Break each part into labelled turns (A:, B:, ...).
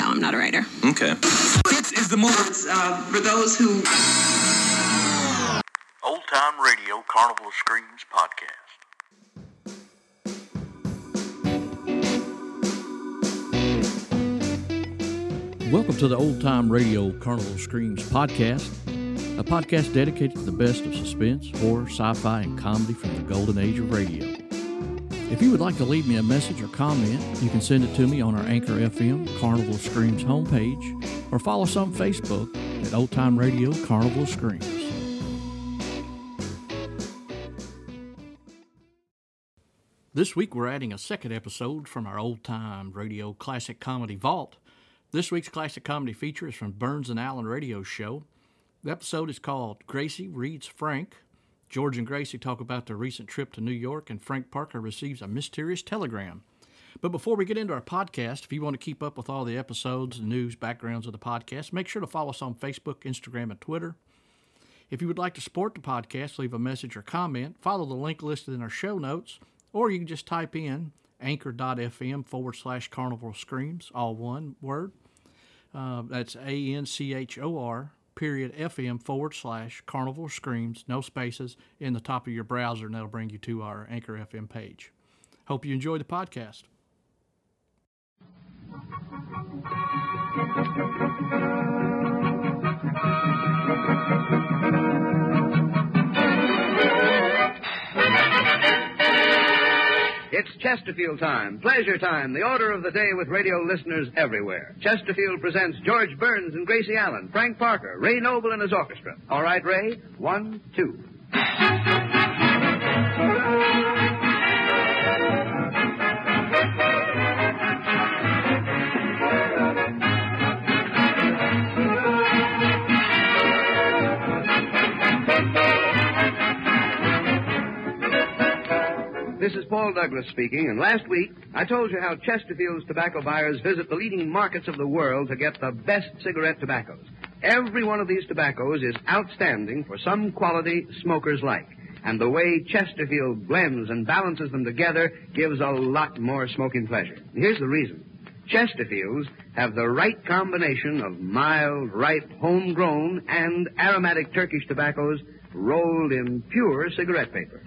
A: No, I'm not a writer.
B: Okay.
C: This is the moment uh, for those who.
D: Old Time Radio Carnival of Screams podcast.
E: Welcome to the Old Time Radio Carnival Screams podcast, a podcast dedicated to the best of suspense, horror, sci fi, and comedy from the golden age of radio. If you would like to leave me a message or comment, you can send it to me on our Anchor FM Carnival Screams homepage or follow us on Facebook at Old Time Radio Carnival Screams. This week, we're adding a second episode from our old time radio classic comedy vault. This week's classic comedy feature is from Burns and Allen Radio Show. The episode is called Gracie Reads Frank. George and Gracie talk about their recent trip to New York, and Frank Parker receives a mysterious telegram. But before we get into our podcast, if you want to keep up with all the episodes, news, backgrounds of the podcast, make sure to follow us on Facebook, Instagram, and Twitter. If you would like to support the podcast, leave a message or comment, follow the link listed in our show notes, or you can just type in anchor.fm forward slash carnival screams, all one word. Uh, that's A N C H O R period FM forward slash carnival screams, no spaces, in the top of your browser, and that'll bring you to our Anchor FM page. Hope you enjoy the podcast.
F: It's Chesterfield time, pleasure time, the order of the day with radio listeners everywhere. Chesterfield presents George Burns and Gracie Allen, Frank Parker, Ray Noble and his orchestra. All right, Ray? One, two. This is Paul Douglas speaking, and last week I told you how Chesterfield's tobacco buyers visit the leading markets of the world to get the best cigarette tobaccos. Every one of these tobaccos is outstanding for some quality smokers like. And the way Chesterfield blends and balances them together gives a lot more smoking pleasure. And here's the reason. Chesterfields have the right combination of mild, ripe, homegrown, and aromatic Turkish tobaccos rolled in pure cigarette paper.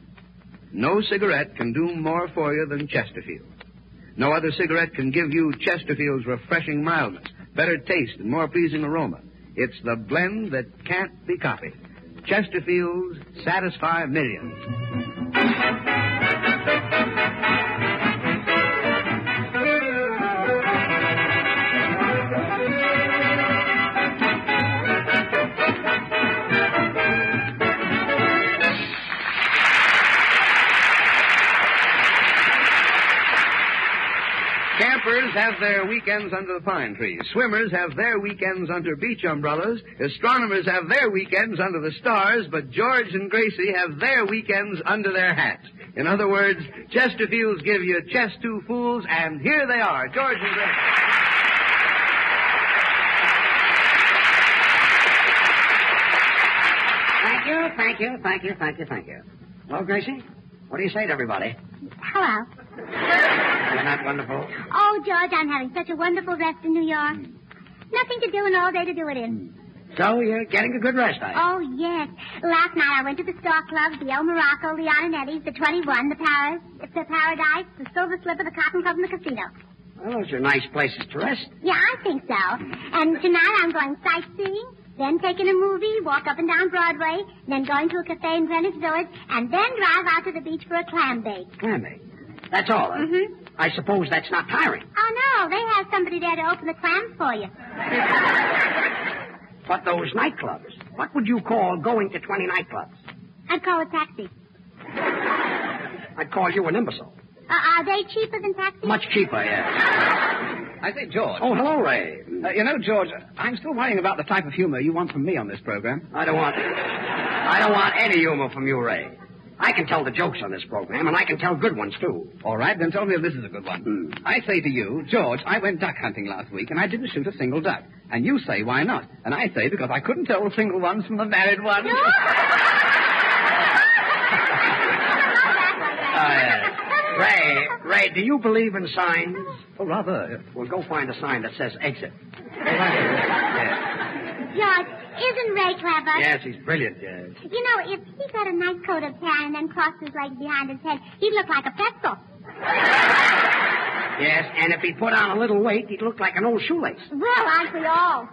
F: No cigarette can do more for you than Chesterfield. No other cigarette can give you Chesterfield's refreshing mildness, better taste, and more pleasing aroma. It's the blend that can't be copied. Chesterfields satisfy millions. Campers have their weekends under the pine trees. Swimmers have their weekends under beach umbrellas. Astronomers have their weekends under the stars. But George and Gracie have their weekends under their hats. In other words, Chesterfields give you chest two fools, and here they are, George and Gracie.
G: Thank you, thank you, thank you, thank you, thank you. Well, Gracie, what do you say to everybody?
H: Hello.
G: Isn't that wonderful?
H: Oh, George, I'm having such a wonderful rest in New York. Nothing to do and all day to do it in.
G: So you're getting a good rest, I
B: Oh, yes. Last night I went to the Star Club, the El Morocco, the Onanettis, the 21, the Paris, the Paradise, the Silver Slipper, the Cotton Club, and the Casino.
G: Well, those are nice places to rest.
B: Yeah, I think so. And tonight I'm going sightseeing, then taking a movie, walk up and down Broadway, then going to a cafe in Greenwich Village, and then drive out to the beach for a clam bake.
G: Clammy. That's all, huh?
B: Mhm.
G: I suppose that's not tiring.
B: Oh, no, they have somebody there to open the clams for you.
G: But those nightclubs, what would you call going to 20 nightclubs?
B: I'd call a taxi.
G: I'd call you an imbecile.
B: Uh, are they cheaper than taxis?
G: Much cheaper, yeah.
H: I say, George.
G: Oh, hello, Ray.
H: Uh, you know, George, I'm still worrying about the type of humor you want from me on this program.
G: I don't want. I don't want any humor from you, Ray. I can tell the jokes on this program, and I can tell good ones too. Hmm.
H: All right, then tell me if this is a good one. I say to you, George, I went duck hunting last week and I didn't shoot a single duck. And you say, why not? And I say, because I couldn't tell the single ones from the married ones.
G: Oh, Ray, Ray, do you believe in signs?
H: Oh, rather.
G: Well, go find a sign that says exit.
B: George, isn't Ray clever?
G: Yes, he's brilliant. Yes.
B: You know, if he got a nice coat of tan and then crossed his legs behind his head, he'd look like a pretzel.
G: Yes, and if he put on a little weight, he'd look like an old shoelace.
B: Well, aren't we all?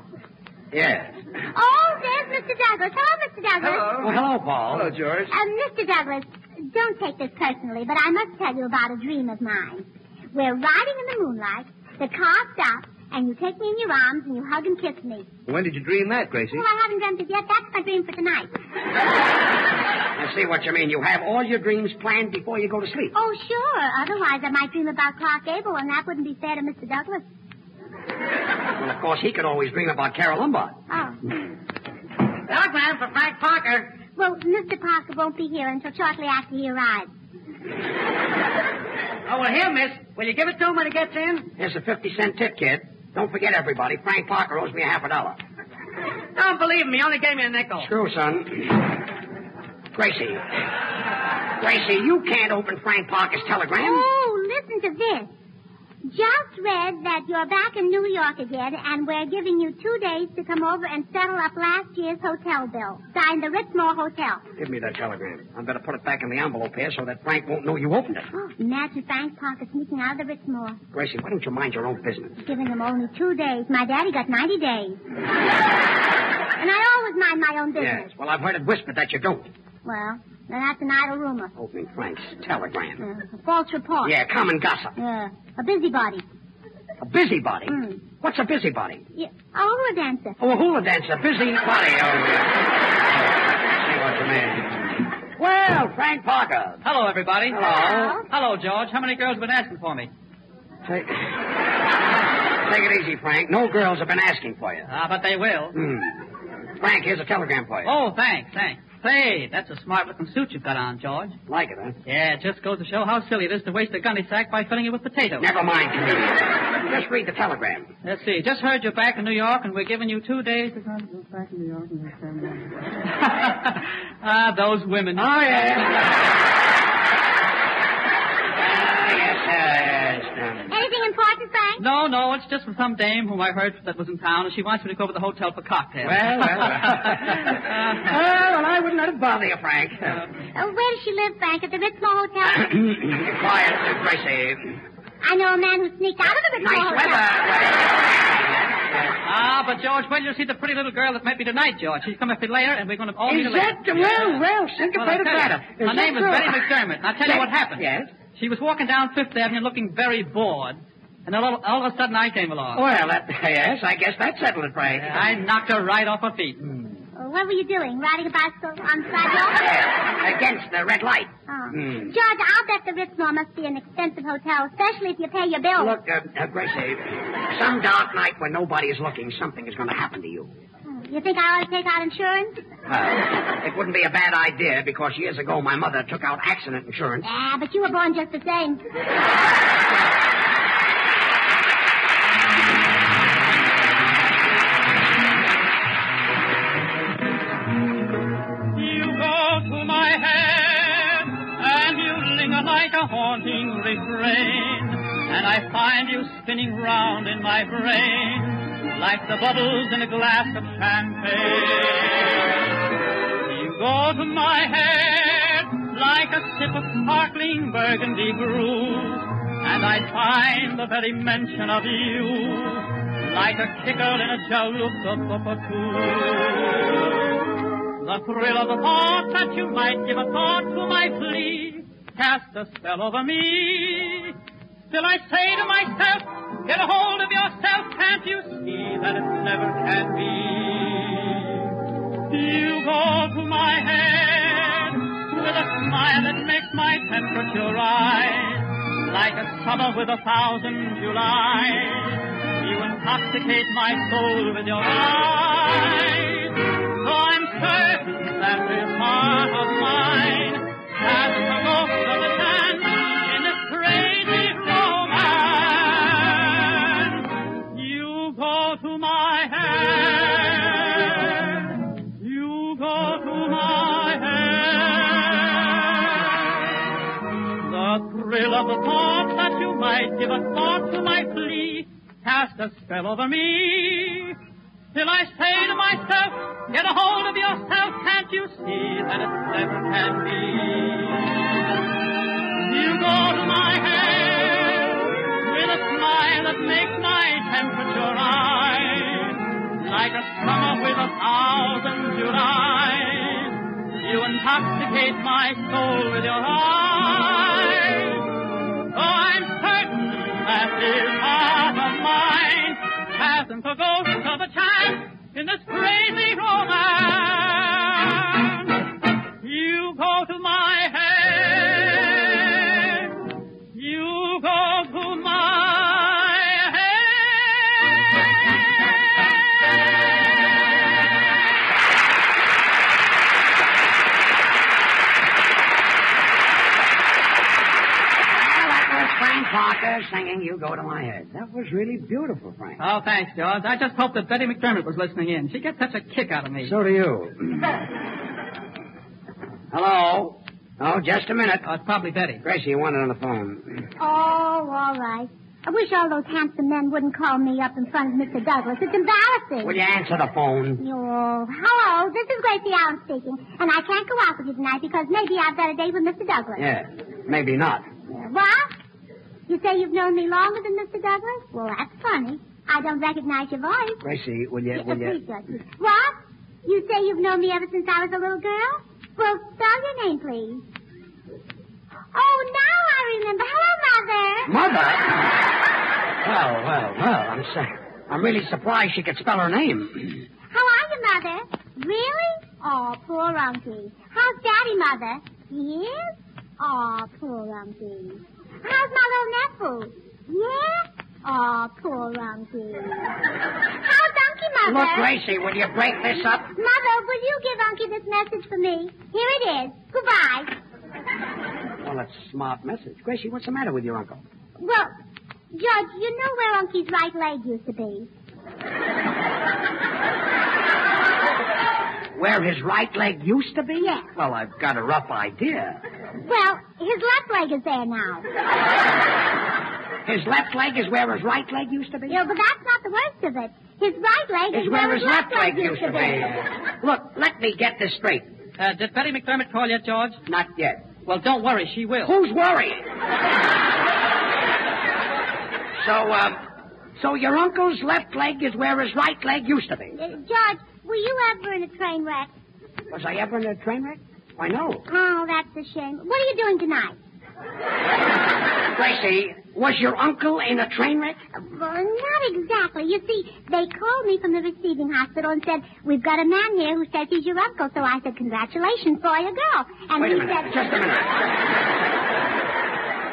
G: Yes.
B: Oh, there's Mr. Douglas. Hello, Mr. Douglas.
G: Well, hello, Paul.
H: Hello, George.
B: Uh, Mr. Douglas, don't take this personally, but I must tell you about a dream of mine. We're riding in the moonlight, the car stops, and you take me in your arms and you hug and kiss me.
H: When did you dream that, Gracie?
B: Well, I haven't dreamt it yet. That's my dream for tonight.
G: I see what you mean. You have all your dreams planned before you go to sleep.
B: Oh, sure. Otherwise, I might dream about Clark Gable, and that wouldn't be fair to Mr. Douglas.
G: Well, of course, he could always dream about Carol Lombard.
B: Oh.
G: Telegram for Frank Parker.
B: Well, Mr. Parker won't be here until shortly after he arrives.
G: Oh, well, here, miss. Will you give it to him when he gets in? Here's a 50 cent tip, kid. Don't forget, everybody, Frank Parker owes me a half a dollar.
I: Don't believe me. He only gave me a nickel.
G: Screw, son. Gracie. Gracie, you can't open Frank Parker's telegram.
B: Oh, listen to this. Just read that you're back in New York again, and we're giving you two days to come over and settle up last year's hotel bill. Signed the Ritzmore Hotel.
G: Give me that telegram. I'm going to put it back in the envelope here so that Frank won't know you opened it.
B: Imagine Frank Parker sneaking out of the Ritzmore,
G: Gracie, why don't you mind your own business?
B: giving him only two days. My daddy got 90 days. and I always mind my own business.
G: Yes. Well, I've heard it whispered that you don't.
B: Well, now that's an idle rumor.
G: Opening Frank's telegram.
B: Uh, a false report.
G: Yeah, common gossip.
B: Uh, a busybody.
G: A busybody.
B: Mm.
G: What's a busybody?
B: Yeah, a hula dancer.
G: Oh, a hula dancer. Busybody. Oh, yeah. See what you mean. Well, Frank Parker.
I: Hello, everybody.
G: Hello.
I: Hello, George. How many girls have been asking for me?
G: Take... Take it easy, Frank. No girls have been asking for you.
I: Ah, but they will.
G: Hmm. Frank, here's a telegram for you.
I: Oh, thanks, thanks. Say, that's a smart-looking suit you've got on, George.
G: Like it, huh?
I: Yeah, it just goes to show how silly it is to waste a gunny sack by filling it with potatoes.
G: Never mind, comedian. Just read the telegram.
I: Let's see. Just heard you're back in New York, and we're giving you two days to come back in New York. And ah, those women.
G: Oh, yes. Ah, yes, yes. Um,
B: Anything important, Frank?
I: No, no, it's just from some dame whom I heard that was in town, and she wants me to go over to the hotel for cocktails.
G: well, well. well, Ah,
I: Uh,
G: well, I wouldn't let it bother you, Frank.
B: Oh, where does she live, Frank? At the Ritzmore Hotel?
G: Quiet, Gracie.
B: I know a man who sneaked out of the Ritzmore
G: Nice
B: Hotel.
G: weather.
I: ah, but George, when do you see the pretty little girl that met me tonight, George? She's coming up here later, and we're going to all meet
G: Is
I: her later.
G: that the well, well,
I: Well, I'll
G: syncopated
I: tell you.
G: matter?
I: Her name is Betty McDermott. and I'll tell you what happened.
G: Yes.
I: She was walking down Fifth Avenue looking very bored, and all, all of a sudden I came along.
G: Well, that, yes, I guess that settled it, Frank.
I: I knocked her right off her feet.
B: Oh, what were you doing? Riding a bicycle on the sidewalk?
G: Against the red light.
B: Oh.
G: Hmm.
B: George, I'll bet the Ritzmore must be an expensive hotel, especially if you pay your bill.
G: Look, uh, uh, Gracie, some dark night when nobody is looking, something is going to happen to you.
B: Hmm, You think I ought to take out insurance?
G: Well, it wouldn't be a bad idea because years ago my mother took out accident insurance.
B: Ah, but you were born just the same.
I: You go to my hand, and you linger like a haunting refrain, and I find you spinning round in my brain. like the bubbles in a glass of champagne. You go to my head like a sip of sparkling burgundy brew, and I find the very mention of you like a tickle in a chalupa cockatoo. The thrill of the thought that you might give a thought to my plea cast a spell over me. Still I say to myself, get a hold of yourself, can't you see that it never can be? You go to my head with a smile that makes my temperature rise, like a summer with a thousand Julys. You intoxicate my soul with your eyes, so I'm certain that this heart of mine has the ghost of the sand in this crazy romance. You go to my head. You go to my head. The thrill of the thought that you might give a thought to my plea cast a spell over me. Till I say to myself, get a hold of yourself, can't you see that it never can be? You go to my head with a smile that makes my temperature rise, like a summer with a thousand Julys. You intoxicate my soul with your eyes. Oh, I'm certain that this heart of mine hasn't the ghost of a chance in this crazy romance. You go to my head. You go to my
G: Well, Ah, that was Frank Parker singing You Go to My Head. That was really beautiful, Frank.
J: Oh, thanks, George. I just hope that Betty McDermott was listening in. She gets such a kick out of me.
G: So do you. Hello? Oh, just a minute. Oh, it's probably Betty. Gracie, you want it on the phone.
B: Oh, all right. I wish all those handsome men wouldn't call me up in front of Mr. Douglas. It's embarrassing.
G: Will you answer the phone?
B: Oh, hello. This is Gracie Allen speaking, and I can't go out with you tonight because maybe I've got a date with Mr. Douglas.
G: Yeah, maybe not.
B: What? You say you've known me longer than Mr. Douglas? Well, that's funny. I don't recognize your voice.
G: Gracie, will you,
B: Yeah,
G: will you?
B: please, Dudley. What? You say you've known me ever since I was a little girl? Well, spell your name, please. Oh, now I remember. Hello, Mother.
G: Mother? Well, well, well, I'm sorry. I'm really surprised she could spell her name.
B: How are you, Mother? Really? Oh, poor Unky. How's Daddy, Mother? He is? Oh, poor Unky. How's my little nephew? Yeah? Oh, poor Unky. How's Unky, Mother?
G: Look, Gracie, will you break this up?
B: Mother, will you give Unky this message for me? Here it is. Goodbye.
G: Well, that's a smart message. Gracie, what's the matter with your uncle?
B: Well, Judge, you know where Unky's right leg used to be.
G: Where his right leg used to be?
B: Yeah.
G: Well, I've got a rough idea.
B: Well, his left leg is there now.
G: His left leg is where his right leg used to be?
B: Yeah, but that's not the worst of it. His right leg
G: Is where his left leg used to be. Look, let me get this straight.
J: Uh, did Betty McDermott call yet, George?
G: Not yet.
J: Well, don't worry, she will.
G: Who's worried? So, uh, so your uncle's left leg is where his right leg used to be.
B: Uh, Judge, were you ever in a train wreck?
G: Was I ever in a train wreck? Why, no.
B: Oh, that's a shame. What are you doing tonight?
G: Gracie, was your uncle in a train wreck?
B: Uh, Well, not exactly. You see, they called me from the receiving hospital and said, We've got a man here who says he's your uncle. So I said, Congratulations, boy or girl. And
G: Wait
B: he
G: a minute.
B: said,
G: Just a minute.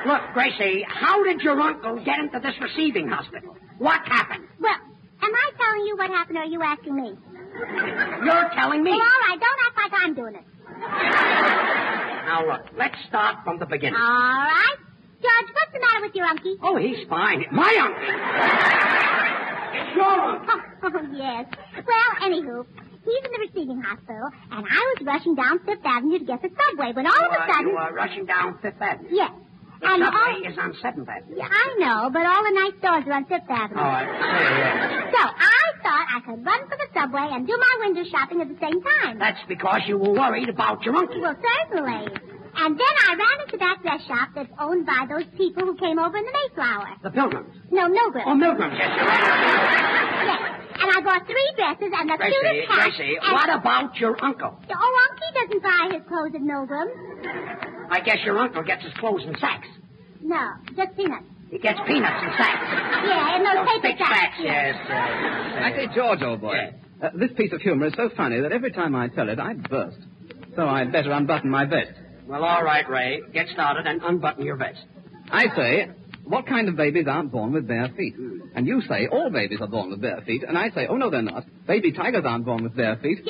G: Look, Gracie, how did your uncle get into this receiving hospital? What happened?
B: Well, am I telling you what happened or are you asking me?
G: You're telling me.
B: Well, all right. Don't act like I'm doing it.
G: Now, look, let's start from the beginning.
B: All right. Judge, what's the matter with your uncle?
G: Oh, he's fine. My uncle. It's your uncle.
B: Oh, oh, yes. Well, anywho, he's in the receiving hospital, and I was rushing down Fifth Avenue to get the subway when all of
G: You
B: a
G: are-
B: sudden.
G: You are rushing down Fifth Avenue.
B: Yes.
G: The
B: and all...
G: subway is on Seventh Oh, Avenue.
B: Yeah, I know, but all the nice stores are on Fifth Avenue.
G: Oh, I see, yes.
B: So I I could run for the subway and do my window shopping at the same time.
G: That's because you were worried about your uncle.
B: Well, certainly. And then I ran into that dress shop that's owned by those people who came over in the Mayflower.
G: The pilgrims.
B: No, Milgram.
G: Oh, Milgram, yes, you're right.
B: Yes. And I bought three dresses and a suit
G: Gracie,
B: and hat.
G: Gracie,
B: and-
G: what about your uncle?
B: Oh, Unky doesn't buy his clothes at Milgram.
G: I guess your uncle gets his clothes in sacks.
B: No, just peanuts.
G: He gets peanuts in sacks.
B: Yeah, and those,
G: Those
B: paper
G: big sacks, yes.
H: I say, George, old boy, uh, this piece of humor is so funny that every time I tell it, I burst. So I'd better unbutton my vest.
G: Well, all right, Ray. Get started and unbutton your vest.
H: I say, what kind of babies aren't born with bare feet?
G: Hmm.
H: And you say all babies are born with bare feet, and I say, oh no, they're not. Baby tigers aren't born with bare feet.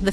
K: The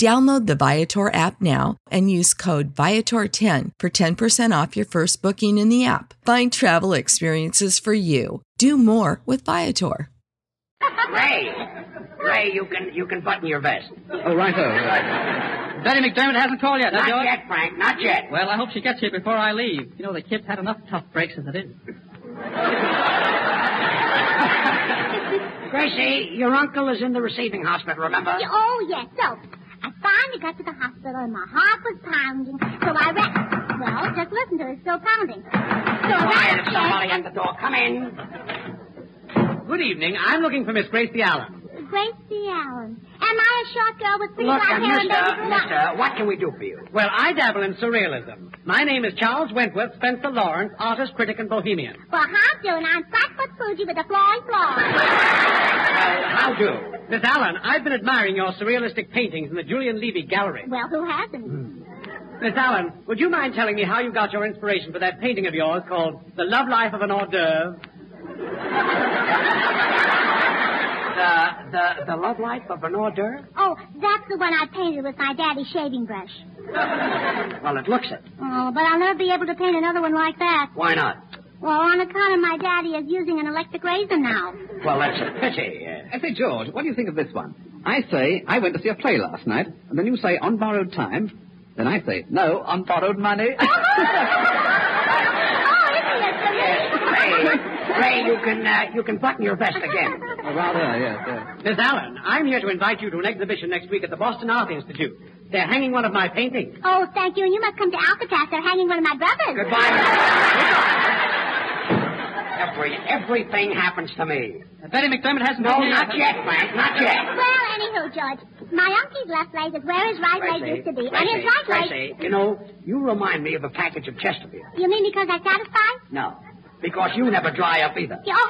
L: Download the Viator app now and use code Viator10 for 10% off your first booking in the app. Find travel experiences for you. Do more with Viator.
G: Ray! Ray, you can you can button your vest.
H: Oh, righto.
J: Betty oh. McDermott hasn't called yet,
G: Not
J: huh, George?
G: yet, Frank, not yet.
J: Well, I hope she gets here before I leave. You know, the kid's had enough tough breaks as it is.
G: Gracie, your uncle is in the receiving hospital, remember?
B: Yeah, oh, yes. So, I finally got to the hospital and my heart was pounding. So I ran. Well, just listen to it. It's still pounding. So I ran
G: Quiet,
B: upstairs
G: somebody at the door. Come in.
M: Good evening. I'm looking for Miss Gracie Allen.
B: and Gracie Allen. Am I a short girl with pretty
G: Look, uh,
B: black hair and
G: mister,
B: baby blue
G: mister,
B: eyes?
G: what can we do for you?
M: Well, I dabble in surrealism. My name is Charles Wentworth Spencer Lawrence, artist, critic, and bohemian.
B: Well, how do? And I'm flat-foot Fuji with a flowing floor.
M: How do? Miss Allen, I've been admiring your surrealistic paintings in the Julian Levy Gallery.
B: Well, who hasn't?
M: Miss Allen, would you mind telling me how you got your inspiration for that painting of yours called The Love Life of an Hors d'oeuvre?
G: The, the, the love life of an hors d'oeuvre?
B: Oh, that's the one I painted with my daddy's shaving brush.
G: Well, it looks it.
B: Oh, but I'll never be able to paint another one like that.
G: Why not?
B: Well, on account of my daddy is using an electric razor now.
G: Well, that's a pity.
H: I say, George, what do you think of this one? I say, I went to see a play last night, and then you say, on borrowed time. Then I say, no, on borrowed money.
B: Oh,
H: Oh,
G: Ray, Ray, you can, uh, you can button your vest again.
H: rather, yes, yes.
M: Miss Allen, I'm here to invite you to an exhibition next week at the Boston Art Institute. They're hanging one of my paintings.
B: Oh, thank you. And you must come to Alcatraz. They're hanging one of my brothers.
G: Goodbye, Every, everything happens to me.
J: Betty McDermott hasn't Uh,
G: No,
J: called
G: not yet, Frank, not yet.
B: Well, anywho, George, my uncle's left leg is where his right leg used to be, and his right leg.
G: Gracie, you know, you remind me of a package of Chesterfield.
B: You mean because I satisfied?
G: No, because you never dry up either.
B: Yeah, Oh.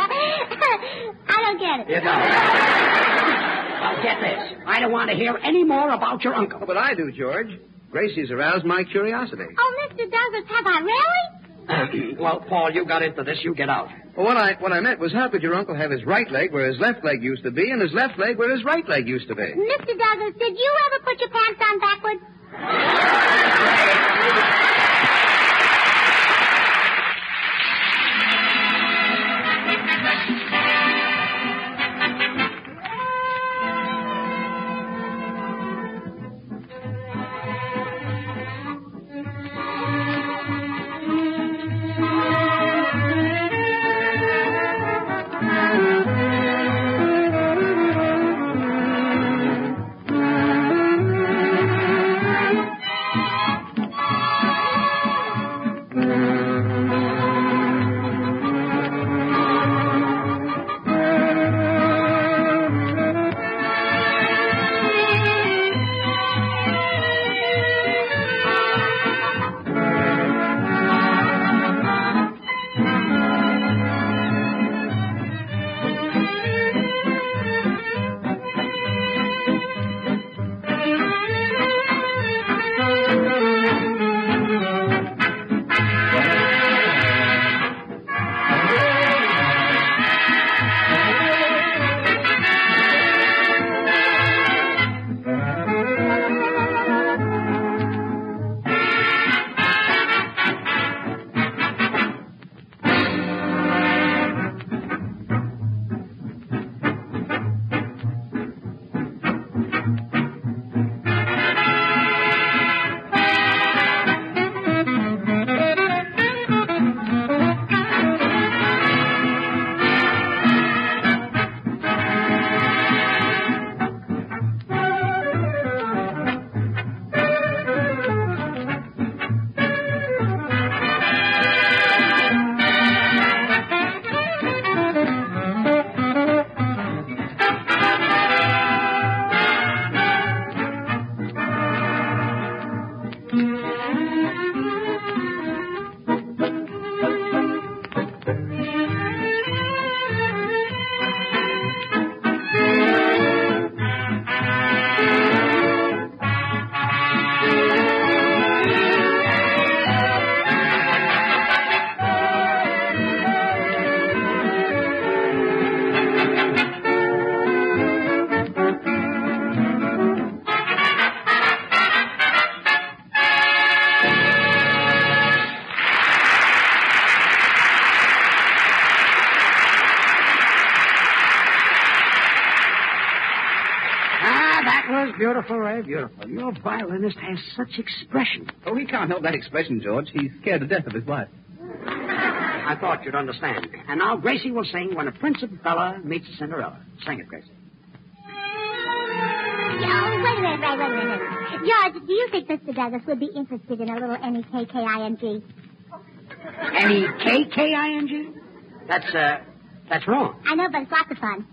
B: I don't get it.
G: You don't. Now, get this. I don't want to hear any more about your uncle.
F: But I do, George. Gracie's aroused my curiosity.
B: Oh, Mr. Douglas, have I really?
G: well, Paul, you got into this. You get out.
F: Well, what I what I meant was how could your uncle have his right leg where his left leg used to be, and his left leg where his right leg used to be?
B: Mr. Douglas, did you ever put your pants on backwards?
G: Ah, Beautiful, Ray, beautiful. Your violinist has such expression.
H: Oh, he can't help that expression, George. He's scared to death of his wife.
G: I thought you'd understand. And now Gracie will sing When a Prince of Bella Meets Cinderella. Sing it, Gracie.
B: Oh, wait a minute, wait, wait a minute. George, do you think Mr. Douglas would be interested in a little E N-E-K-K-I-N-G?
G: N-E-K-K-I-N-G? That's, uh, that's wrong.
B: I know, but it's lots of fun.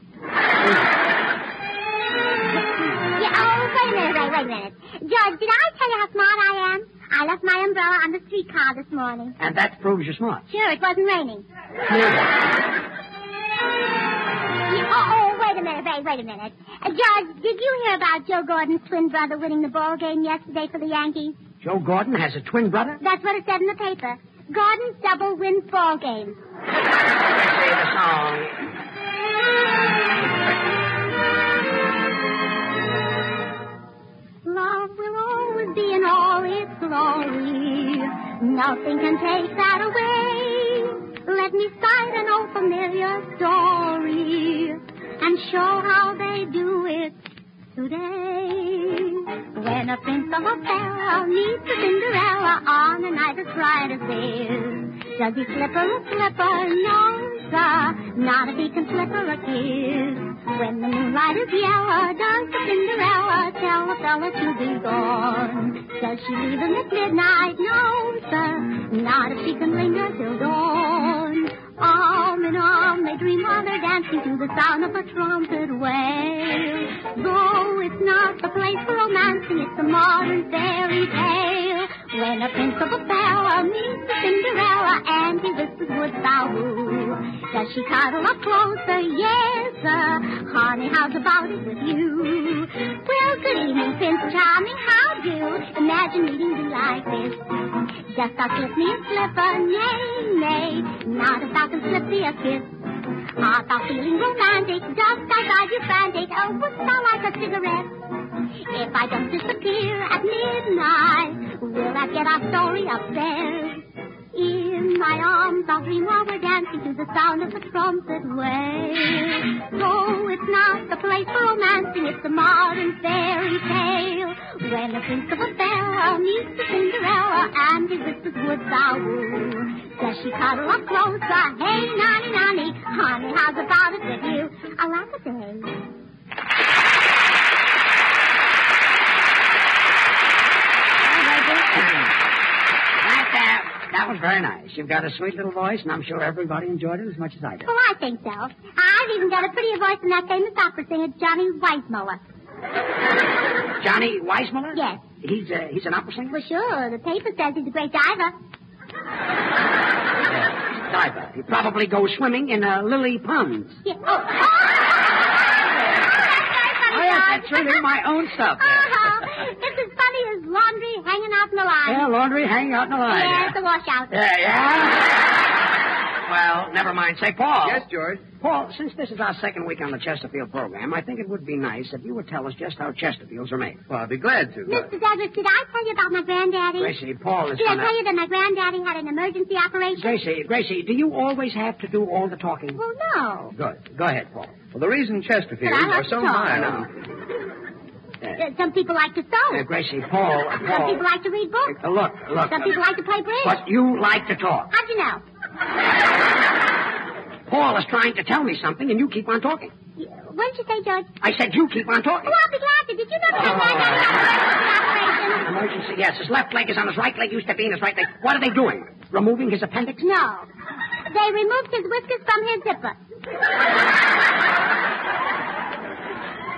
B: Yeah, oh, wait a minute, wait, wait a minute. George, did I tell you how smart I am? I left my umbrella on the streetcar this morning.
G: And that proves you're smart.
B: Sure, it wasn't raining. Yeah, oh, oh, wait a minute, wait, wait a minute. Uh, George, did you hear about Joe Gordon's twin brother winning the ball game yesterday for the Yankees?
G: Joe Gordon has a twin brother?
B: That's what it said in the paper. Gordon double wins ball game.
G: Say the song.
B: Love will always be in all its glory. Nothing can take that away. Let me cite an old familiar story and show how they do it today. When a prince of a fella meets a Cinderella on a night as bright as this, does he slip her a slipper? No, sir, not if he can slip her a kiss. When the moonlight is yellow, does the Cinderella tell the fella to be gone? Does she leave him at midnight? No, sir, not if she can linger till dawn. Arm in arm, they dream on their dancing to the sound of a trumpet wail. Though it's not the place for romancing, it's a modern fairy tale. When a prince of a fella meets a Cinderella and he whispers, wouldst thou woo? Does she cuddle up closer? Yes, sir. Honey, how's about it with you? Well, good evening, Prince Charming. How do? Imagine meeting you like this. Just a slip me a slipper, nay, nay. Not if I can slip thee a kiss. Art thou feeling romantic? Dost thou guide you frantic? Oh, wouldst thou like a cigarette? If I don't disappear at midnight, will that get our story upstairs? In my arms, I'll dream while we're dancing to the sound of the trumpet wail. Though it's not the place for romancing, it's a modern fairy tale. When the prince of a fella meets the Cinderella and he whispers, would thou woo? Does she cuddle up closer? Hey, nanny, nanny, honey, how's about it with you? I love it, babe.
G: That, uh, that was very nice. You've got a sweet little voice, and I'm sure everybody enjoyed it as much as I did.
B: Well, Oh, I think so. I've even got a prettier voice than that famous opera singer, Johnny Weissmuller.
G: Johnny Weissmuller?
B: Yes.
G: He's, uh, he's an opera singer?
B: For sure. The paper says he's a great diver.
G: Diver. He probably goes swimming in uh, lily ponds.
B: Yeah. Oh, oh,
G: Oh, yes, that's true. They're my own stuff.
B: Uh-huh. It's as funny as laundry hanging out in the line.
G: Yeah, laundry hanging out in the line.
B: Yeah, it's a washout.
G: Yeah, yeah. Well, never mind. Say, Paul.
H: Yes, George.
G: Paul, since this is our second week on the Chesterfield program, I think it would be nice if you would tell us just how Chesterfields are made.
H: Well, I'd be glad to. but-
B: Mr. Douglas, did I tell you about my granddaddy?
G: Gracie, Paul is
B: Did I
G: gonna...
B: tell you that my granddaddy had an emergency operation?
G: Gracie, Gracie, do you always have to do all the talking?
B: Well, no.
G: Good. Go ahead, Paul.
H: Well, the reason Chesterfields
B: But I like
H: are so
B: to talk.
H: mild.
B: Uh, some people like to sew.
G: Uh, Gracie, Paul,
B: Some
G: Paul.
B: people like to read books.
G: Uh, look, look.
B: Some people like to play bridge.
G: But you like to talk.
B: How'd you know?
G: Paul is trying to tell me something, and you keep on talking.
B: You- What did you say, George?
G: I said you keep on talking.
B: Well, I'll be glad to. Did you know that my
G: Oh.
B: granddaddy had an emergency operation?
G: Emergency, yes. His left leg is on his right leg. Used to be in his right leg. What are they doing? Removing his appendix?
B: No. They removed his whiskers from his zipper.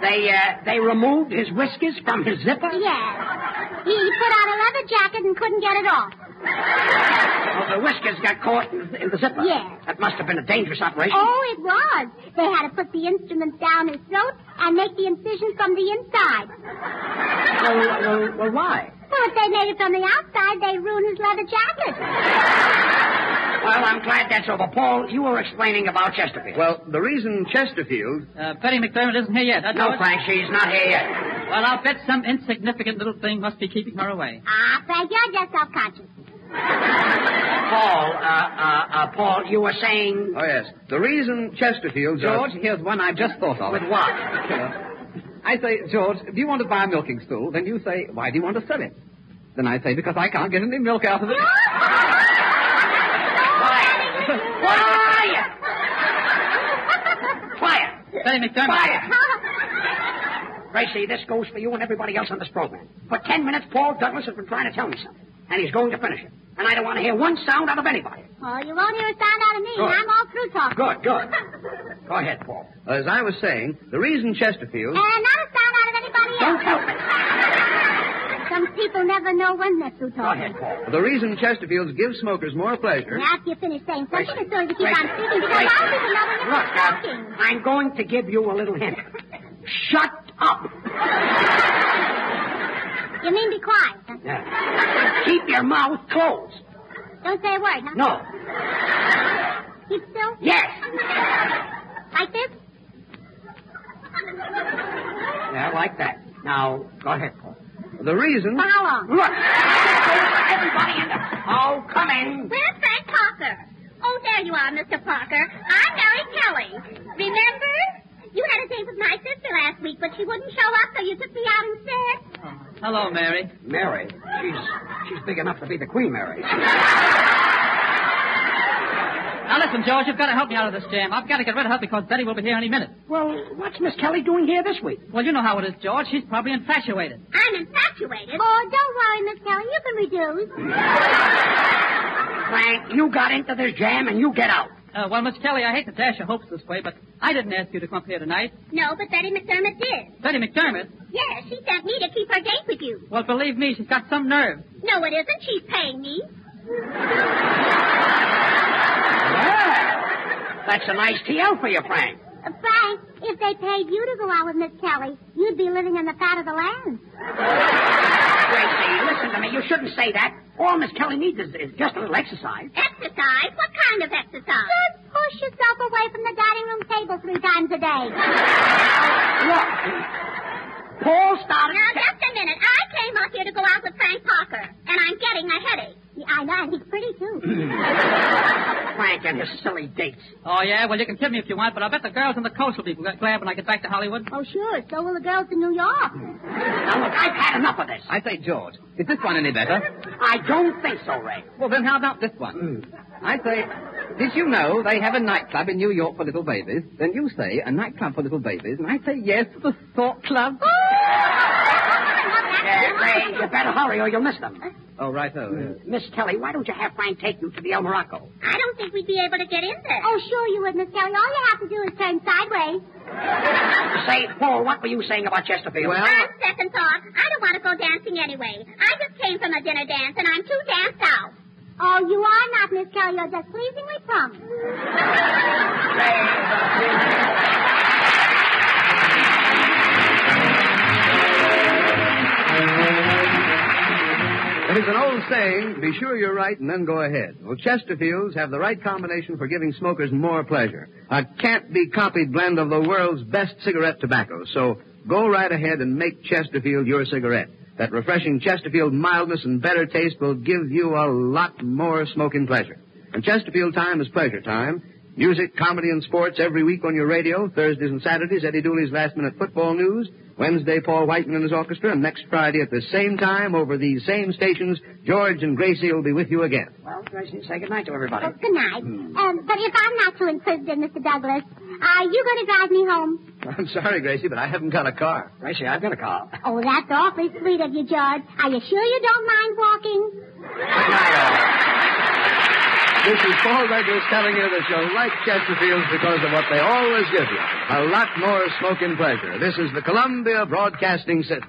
G: They uh, they removed his whiskers from his zipper.
B: Yes. He put on a leather jacket and couldn't get it off.
G: Oh, the whiskers got caught in, in the zipper.
B: Yes.
G: That must have been a dangerous operation.
B: Oh, it was. They had to put the instruments down his throat and make the incision from the inside.
G: Well, well, well, why?
B: Well, if they made it from the outside, they ruined his leather jacket.
G: Well, I'm glad that's over. Paul, you were explaining about Chesterfield.
H: Well, the reason Chesterfield.
J: Uh, Betty McDermott isn't here yet. huh,
G: no,
J: George?
G: Frank, she's not here yet.
J: Well, I'll bet some insignificant little thing must be keeping her away.
B: Ah, Frank, you're just self-conscious.
G: Paul, uh, uh, uh, Paul, you were saying
H: Oh, yes. The reason Chesterfields
G: George,
H: here's one I just thought of.
G: with what?
H: I say, George, do you want to buy a milking stool? Then you say, why do you want to sell it? Then I say, because I can't get any milk out of it.
G: Quiet! Quiet!
J: Betty McDermott.
G: Quiet! Gracie, this goes for you and everybody else on this program. For ten minutes, Paul Douglas has been trying to tell me something, and he's going to finish it. And I don't want to hear one sound out of anybody.
B: Well, you won't hear a sound out of me.
G: Good.
B: I'm all through talking.
G: Good, good.
F: Go ahead, Paul. As I was saying, the reason Chesterfield.
B: And not a sound out of anybody else. Don't help Some people never know when they're through talking.
F: The reason Chesterfields give smokers more pleasure.
B: Now, if you finish saying something, it's going to keep
F: Wait.
B: on speaking because
F: Wait.
B: all people know when you're
G: Look,
B: through
G: uh,
B: talking.
G: I'm going to give you a little hint. Shut up.
B: You mean be quiet? huh?
G: Keep your mouth closed.
B: Don't say a word, huh?
G: No.
B: Keep still?
G: Yes.
B: Like this?
G: Yeah, like that. Now, go ahead, Paul.
F: The reason.
B: For how long?
G: Look. Everybody in the... Oh, come in.
B: Where's Frank Parker? Oh, there you are, Mr. Parker. I'm Mary Kelly. Remember? You had a date with my sister last week, but she wouldn't show up, so you took me out instead.
J: Hello, Mary.
G: Mary? She's, she's big enough to be the Queen Mary.
J: Now listen, George, you've got to help me out of this jam. I've got to get rid of her because Betty will be here any minute.
G: Well, what's Miss Kelly doing here this week?
J: Well, you know how it is, George. She's probably infatuated.
B: I'm infatuated. Oh, don't worry, Miss Kelly. You can reduce.
G: Frank, you got into this jam and you get out.
J: Uh, well, Miss Kelly, I hate to dash your hopes this way, but I didn't ask you to come up here tonight.
B: No, but Betty McDermott did.
J: Betty McDermott?
B: Yes, she sent me to keep her date with you.
J: Well, believe me, she's got some nerve.
B: No, it isn't. She's paying me.
G: That's a nice TL for you, Frank.
B: Uh, Frank, if they paid you to go out with Miss Kelly, you'd be living in the fat of the land.
G: Gracie, listen to me. You shouldn't say that. All Miss Kelly needs is, is just a little exercise.
B: Exercise? What kind of exercise? Just push yourself away from the dining room table three times a day.
G: Look. Paul started.
B: Now, just a minute. I came up here to go out with Frank Parker, and I'm getting a headache. Yeah, I know, and he's pretty, too.
G: Frank and his silly dates.
J: Oh, yeah? Well, you can kid me if you want, but I bet the girls on the coast will be gl- glad when I get back to Hollywood.
B: oh, sure. So will the girls in New York.
G: Now, look, I've had enough of this.
H: I say, George, is this one any better?
G: I don't think so, Ray.
H: Well, then how about this one? I say, did you know they have a nightclub in New York for little babies? Then you say, a nightclub for little babies, and I say, yes, the Thought Club.
G: Yeah, Ray, you better hurry or you'll miss them.
H: Oh, right, oh.
G: Miss Kelly, why don't you have Frank take you to the El Morocco?
B: I don't think we'd be able to get in there. Oh, sure you would, Miss Kelly. All you have to do is turn sideways.
G: Say, Paul, what were you saying about Chesterfield?
B: On second thought, I don't want to go dancing anyway. I just came from a dinner dance, and I'm too danced out. Oh, you are not, Miss Kelly. You're just pleasingly plump.
F: There's an old saying, be sure you're right and then go ahead. Well, Chesterfields have the right combination for giving smokers more pleasure. A can't be copied blend of the world's best cigarette tobacco. So go right ahead and make Chesterfield your cigarette. That refreshing Chesterfield mildness and better taste will give you a lot more smoking pleasure. And Chesterfield time is pleasure time. Music, comedy, and sports every week on your radio. Thursdays and Saturdays, Eddie Dooley's Last Minute Football News. Wednesday, Paul Whiteman and his orchestra. And next Friday at the same time, over these same stations, George and Gracie will be with you again.
G: Well, Gracie, say goodnight to everybody.
B: Oh, good night. Um, but if I'm not too inquisitive, Mr. Douglas, are you going to drive me home?
F: I'm sorry, Gracie, but I haven't got a car.
G: Gracie, I've got a car.
B: Oh, that's awfully sweet of you, George. Are you sure you don't mind walking?
F: This is Paul Douglas telling you that you'll like Chesterfields because of what they always give you. A lot more smoking pleasure. This is the Columbia Broadcasting System.